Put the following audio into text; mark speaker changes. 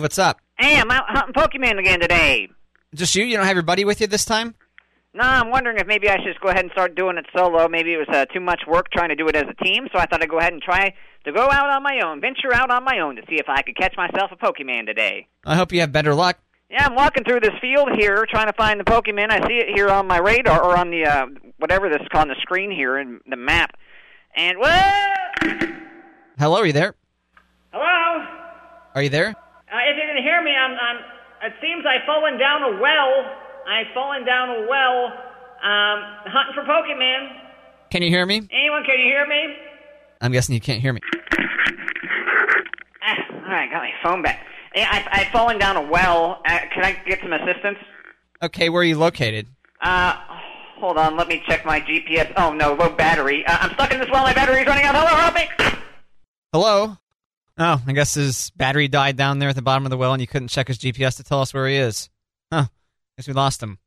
Speaker 1: What's up?
Speaker 2: Hey, I'm out hunting Pokemon again today.
Speaker 1: Just you? You don't have your buddy with you this time?
Speaker 2: No, I'm wondering if maybe I should just go ahead and start doing it solo. Maybe it was uh, too much work trying to do it as a team, so I thought I'd go ahead and try to go out on my own, venture out on my own to see if I could catch myself a Pokemon today.
Speaker 1: I hope you have better luck.
Speaker 2: Yeah, I'm walking through this field here trying to find the Pokemon. I see it here on my radar or on the uh, whatever this is on the screen here in the map. And whoa!
Speaker 1: Hello, are you there?
Speaker 2: Hello?
Speaker 1: Are you there?
Speaker 2: Uh, if you can hear me, I'm, I'm. It seems I've fallen down a well. I've fallen down a well. Um, hunting for Pokemon.
Speaker 1: Can you hear me?
Speaker 2: Anyone, can you hear me?
Speaker 1: I'm guessing you can't hear me.
Speaker 2: Ah, all right, got my phone back. Yeah, I, I've fallen down a well. Uh, can I get some assistance?
Speaker 1: Okay, where are you located?
Speaker 2: Uh, hold on. Let me check my GPS. Oh no, low battery. Uh, I'm stuck in this well. My battery's running out. Hello, help me!
Speaker 1: Hello? Oh, I guess his battery died down there at the bottom of the well and you couldn't check his GPS to tell us where he is. Huh. Guess we lost him.